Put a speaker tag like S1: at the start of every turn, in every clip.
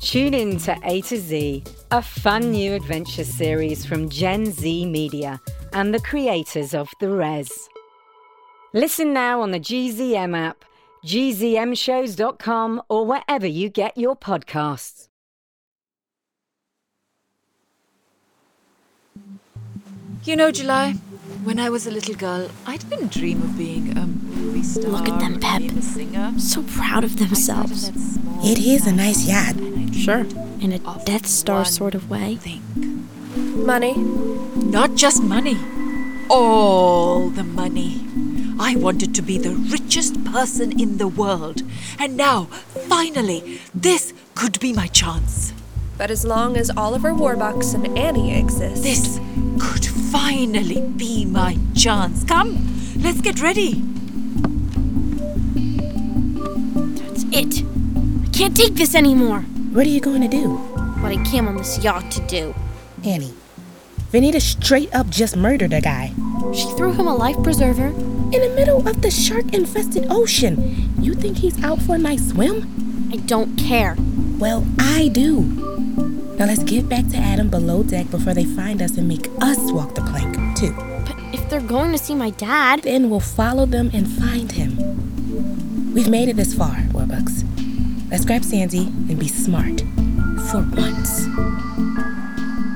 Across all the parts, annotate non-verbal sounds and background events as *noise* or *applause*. S1: Tune in to A to Z, a fun new adventure series from Gen Z Media and the creators of The Res. Listen now on the GZM app, gzmshows.com, or wherever you get your podcasts.
S2: You know, July, when I was a little girl, I didn't dream of being um, a movie star.
S3: Look at them,
S2: or
S3: Pep.
S2: being a singer.
S3: So proud of
S2: I started
S3: themselves.
S2: at small
S4: It is a nice yard.
S5: Sure.
S3: In a Death Star sort of way.
S2: thing.
S5: Money.
S2: Not just money, all the money. I wanted to be the richest person in the world. And now, finally, this could be my chance.
S5: But as long as Oliver Warbucks and Annie exist,
S2: This could finally be my chance. Come, let's get ready.
S3: That's it. I can't take this anymore.
S4: What are you going to do?
S3: What I came on this yacht to do.
S4: Annie. Vanita straight up just murdered a guy.
S3: She threw him a life preserver.
S4: In the middle of the shark infested ocean. You think he's out for a nice swim?
S3: I don't care.
S4: Well, I do. Now let's get back to Adam below deck before they find us and make us walk the plank, too.
S3: But if they're going to see my dad,
S4: Then we'll follow them and find him. We've made it this far, Warbucks. Let's grab Sandy and be smart. For once.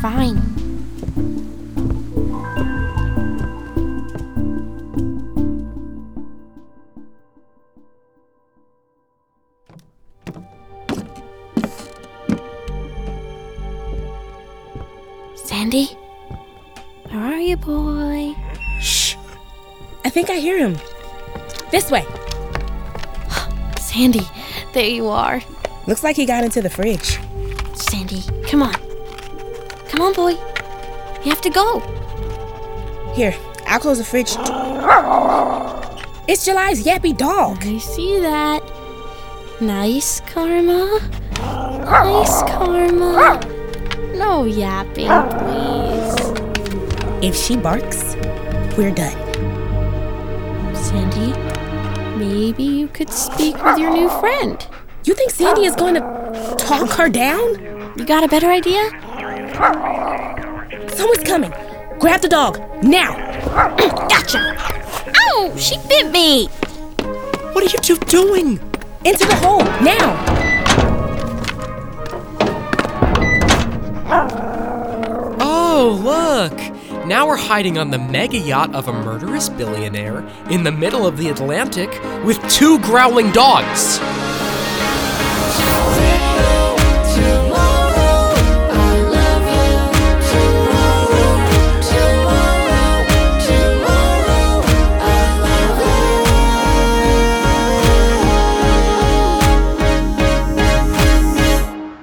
S3: fine. Sandy? Where are you, boy?
S4: Shh. I think I hear him. This way.
S3: Sandy, there you are.
S4: Looks like he got into the fridge.
S3: Sandy, come on. Come on, boy. You have to go.
S4: Here, I'll close the fridge. It's July's yappy dog.
S3: I see that. Nice karma. Nice karma. No yapping, please.
S4: If she barks, we're done.
S3: Sandy, maybe you could speak with your new friend.
S4: You think Sandy is going to talk her down?
S3: You got a better idea? *clears throat*
S4: Someone's coming. Grab the dog now.
S3: Gotcha! Ow! She bit me!
S6: What are you two doing?
S4: Into the hole now.
S5: Oh,
S7: Look! Now we're hiding on the mega yacht of a murderous billionaire in the middle of the Atlantic with two growling dogs.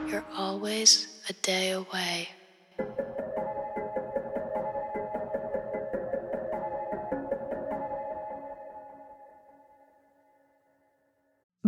S8: You're always a day away.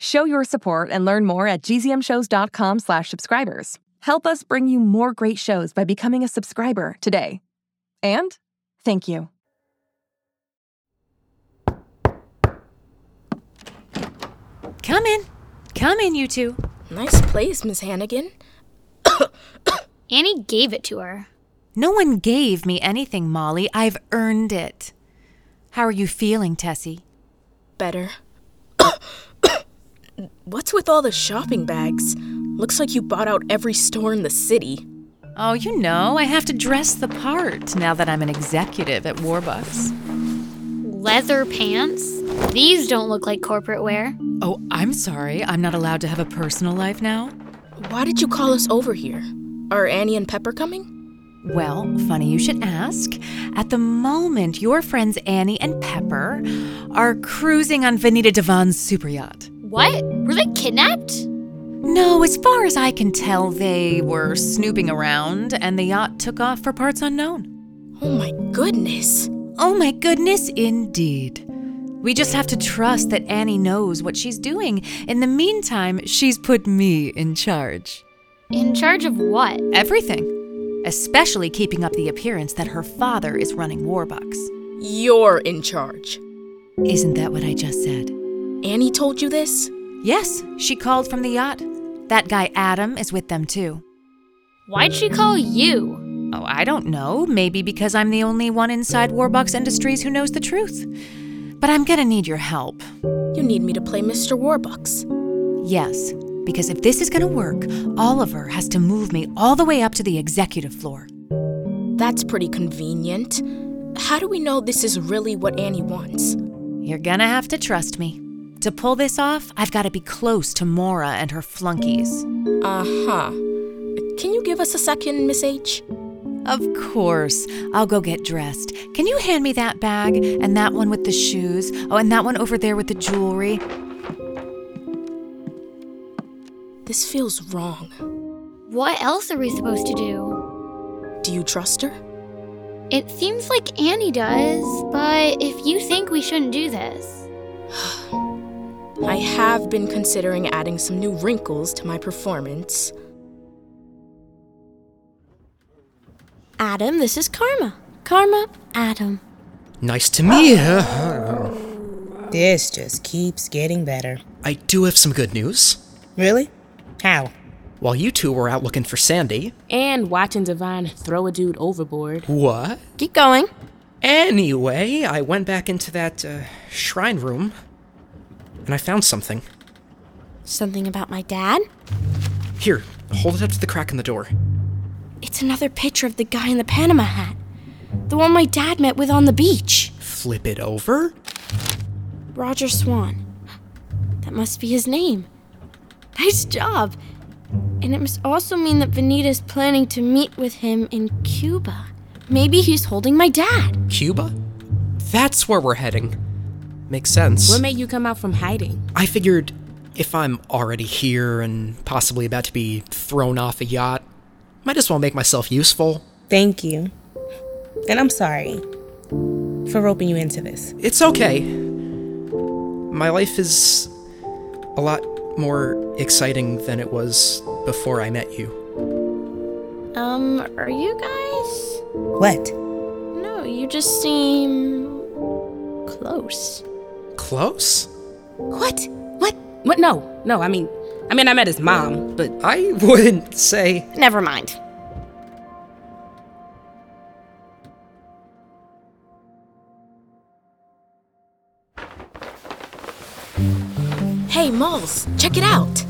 S9: Show your support and learn more at gzmshows.com slash subscribers. Help us bring you more great shows by becoming a subscriber today. And thank you.
S2: Come in. Come in, you two.
S3: Nice place, Miss Hannigan. Annie gave it to her.
S2: No one gave me anything, Molly. I've earned it. How are you feeling, Tessie?
S4: *coughs*
S10: Better. What's with all the shopping bags? Looks like you bought out every store in the city.
S2: Oh, you know, I have to dress the part now that I'm an executive at Warbucks.
S11: Leather pants? These don't look like corporate wear.
S2: Oh, I'm sorry. I'm not allowed to have a personal life now.
S4: Why did you call us over here? Are Annie and Pepper coming?
S2: Well, funny you should ask. At the moment, your friends Annie and Pepper are cruising on Vanita Devon's super yacht.
S11: What? Were they kidnapped?
S2: No, as far as I can tell, they were snooping around and the yacht took off for parts unknown.
S4: Oh my goodness.
S2: Oh my goodness, indeed. We just have to trust that Annie knows what she's doing. In the meantime, she's put me in charge.
S11: In charge of what?
S2: Everything. Especially keeping up the appearance that her father is running Warbucks.
S4: You're in charge.
S2: Isn't that what I just said?
S4: Annie told you this?
S2: Yes, she called from the yacht. That guy Adam is with them too.
S11: Why'd she call you?
S2: Oh, I don't know. Maybe because I'm the only one inside Warbucks Industries who knows the truth. But I'm gonna need your help.
S4: You need me to play Mr. Warbucks.
S2: Yes, because if this is gonna work, Oliver has to move me all the way up to the executive floor.
S4: That's pretty convenient. How do we know this is really what Annie wants?
S2: You're gonna have to trust me. To pull this off, I've gotta be close to Mora and her flunkies.
S4: Uh huh. Can you give us a second, Miss H?
S2: Of course. I'll go get dressed. Can you hand me that bag and that one with the shoes? Oh, and that one over there with the jewelry.
S4: This feels wrong.
S11: What else are we supposed to do?
S4: Do you trust her?
S11: It seems like Annie does, but if you think we shouldn't do this,
S4: I have been considering adding some new wrinkles to my performance.
S3: Adam, this is Karma. Karma, Adam.
S9: Nice to meet you.
S4: This just keeps getting better.
S9: I do have some good news.
S4: Really? How?
S9: While you two were out looking for Sandy,
S4: And watching Devon throw a dude overboard.
S9: what?
S3: Keep going.
S9: Anyway, I went back into that uh, shrine room and I found something.
S3: Something about my dad?
S9: Here, hold it up to the crack in the door.
S3: It's another picture of the guy in the Panama hat. The one my dad met with on the beach.
S9: Flip it over.
S3: Roger Swan. That must be his name. Nice job. And it must also mean that Vanita is planning to meet with him in Cuba. Maybe he's holding my dad.
S9: Cuba? That's where we're heading. Makes sense.
S4: What made you come out from hiding?
S9: I figured if I'm already here and possibly about to be thrown off a yacht, might as well make myself useful.
S4: Thank you. And I'm sorry for roping you into this.
S9: It's okay. My life is a lot more exciting than it was before I met you.
S3: Um, are you guys?
S4: What?
S3: No, you just seem. close.
S9: Close?
S4: What? What? What? No, no, I mean, I mean, I met his mom, but.
S9: I wouldn't say.
S3: Never mind.
S4: Hey, Malls, check it out.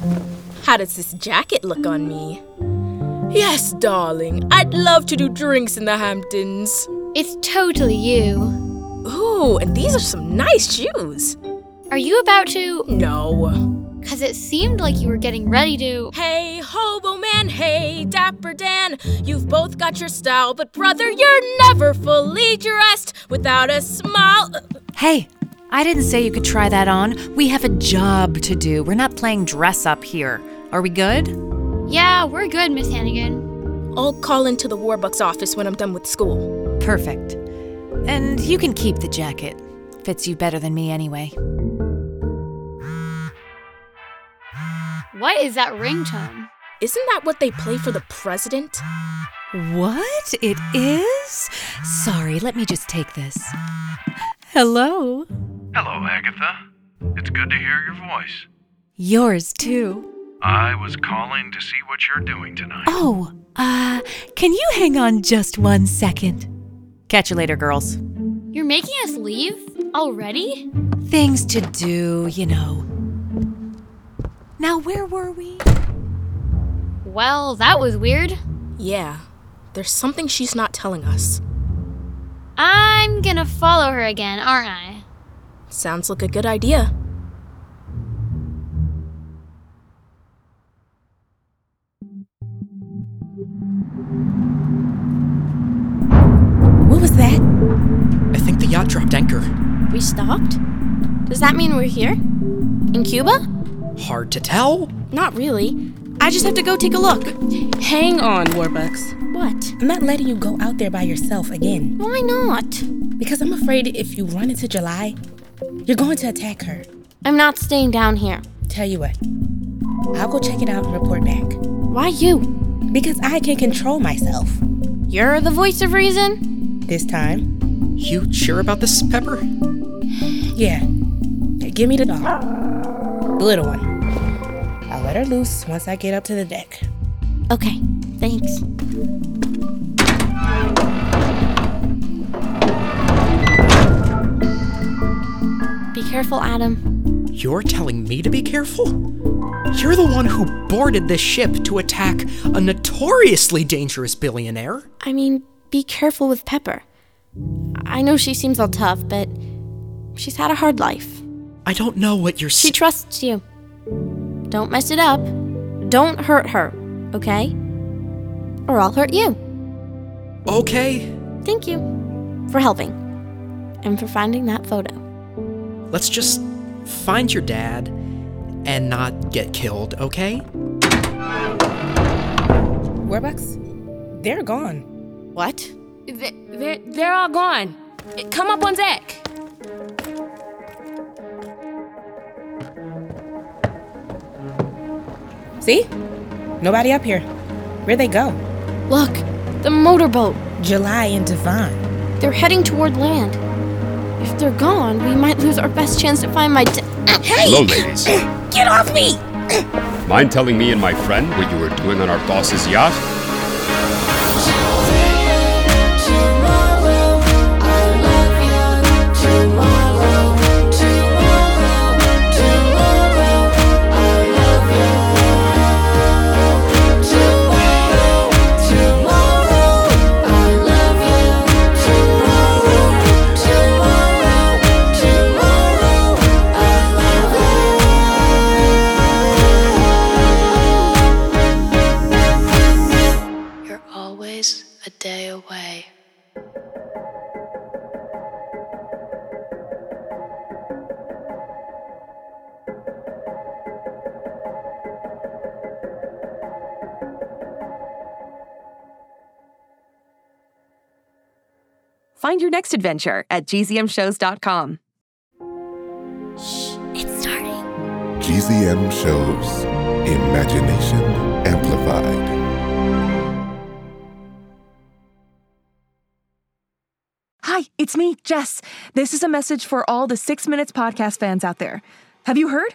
S4: How does this jacket look on me? Yes, darling, I'd love to do drinks in the Hamptons.
S11: it's totally you.
S4: Ooh, and these are some nice shoes.
S11: Are you about to?
S4: No.
S11: Because it seemed like you were getting ready to.
S4: Hey, hobo man, hey, dapper Dan. You've both got your style, but brother, you're never fully dressed without a smile.
S2: Hey, I didn't say you could try that on. We have a job to do. We're not playing dress up here. Are we good?
S11: Yeah, we're good, Miss Hannigan.
S4: I'll call into the Warbucks office when I'm done with school.
S2: Perfect. And you can keep the jacket. Fits you better than me anyway.
S11: What is that ringtone?
S4: Isn't that what they play for the president?
S2: What? It is? Sorry, let me just take this. Hello.
S12: Hello, Agatha. It's good to hear your voice.
S2: Yours too.
S12: I was calling to see what you're doing tonight.
S2: Oh, uh, can you hang on just one second? Catch you later, girls.
S11: You're making us leave? Already?
S2: Things to do, you know. Now, where were we?
S11: Well, that was weird.
S4: Yeah,
S13: There's something she's not telling us.
S11: I'm gonna follow her again, aren't I?
S13: Sounds like a good idea.
S14: What was that?
S9: I think the yacht dropped anchor.
S3: We stopped? Does that mean we're here? In Cuba?
S9: Hard to tell.
S3: Not really. I just have to go take a look.
S4: Hang on, Warbucks.
S3: What?
S4: I'm not letting you go out there by yourself again.
S3: Why not?
S4: Because I'm afraid if you run into July, you're going to attack her.
S3: I'm not staying down here.
S4: Tell you what, I'll go check it out and report back.
S3: Why you?
S4: Because I can control myself.
S3: You're the voice of reason?
S4: This time.
S9: You sure about this, Pepper?
S4: Yeah. Give me the dog. The little one. I'll let her loose once I get up to the deck.
S3: Okay, thanks. Be careful, Adam.
S9: You're telling me to be careful? You're the one who boarded this ship to attack a notoriously dangerous billionaire.
S3: I mean, be careful with Pepper. I know she seems all tough, but she's had a hard life.
S9: I don't know what you're
S3: She
S9: saying.
S3: trusts you. Don't mess it up. Don't hurt her, okay? Or I'll hurt you.
S9: okay,
S3: Thank you for helping and for finding that photo.
S9: let's just find your dad and not get killed, okay?
S4: Warbucks, they're gone.
S15: What? They, they're, they're all gone. Come up on deck.
S4: See? Nobody up here. Where'd they go?
S3: Look, the motorboat.
S4: July and Devon.
S3: They're heading toward land. If they're gone, we might lose our best chance to find my. Da- Ah, hey!
S16: Hello, ladies.
S3: Get off me!
S16: Mind telling me and my friend what you were doing on our boss's yacht?
S5: You're always a day away.
S6: Find your next adventure at gzmshows.com.
S17: GZM shows Imagination Amplified.
S6: Hi, it's me, Jess. This is a message for all the Six Minutes podcast fans out there. Have you heard?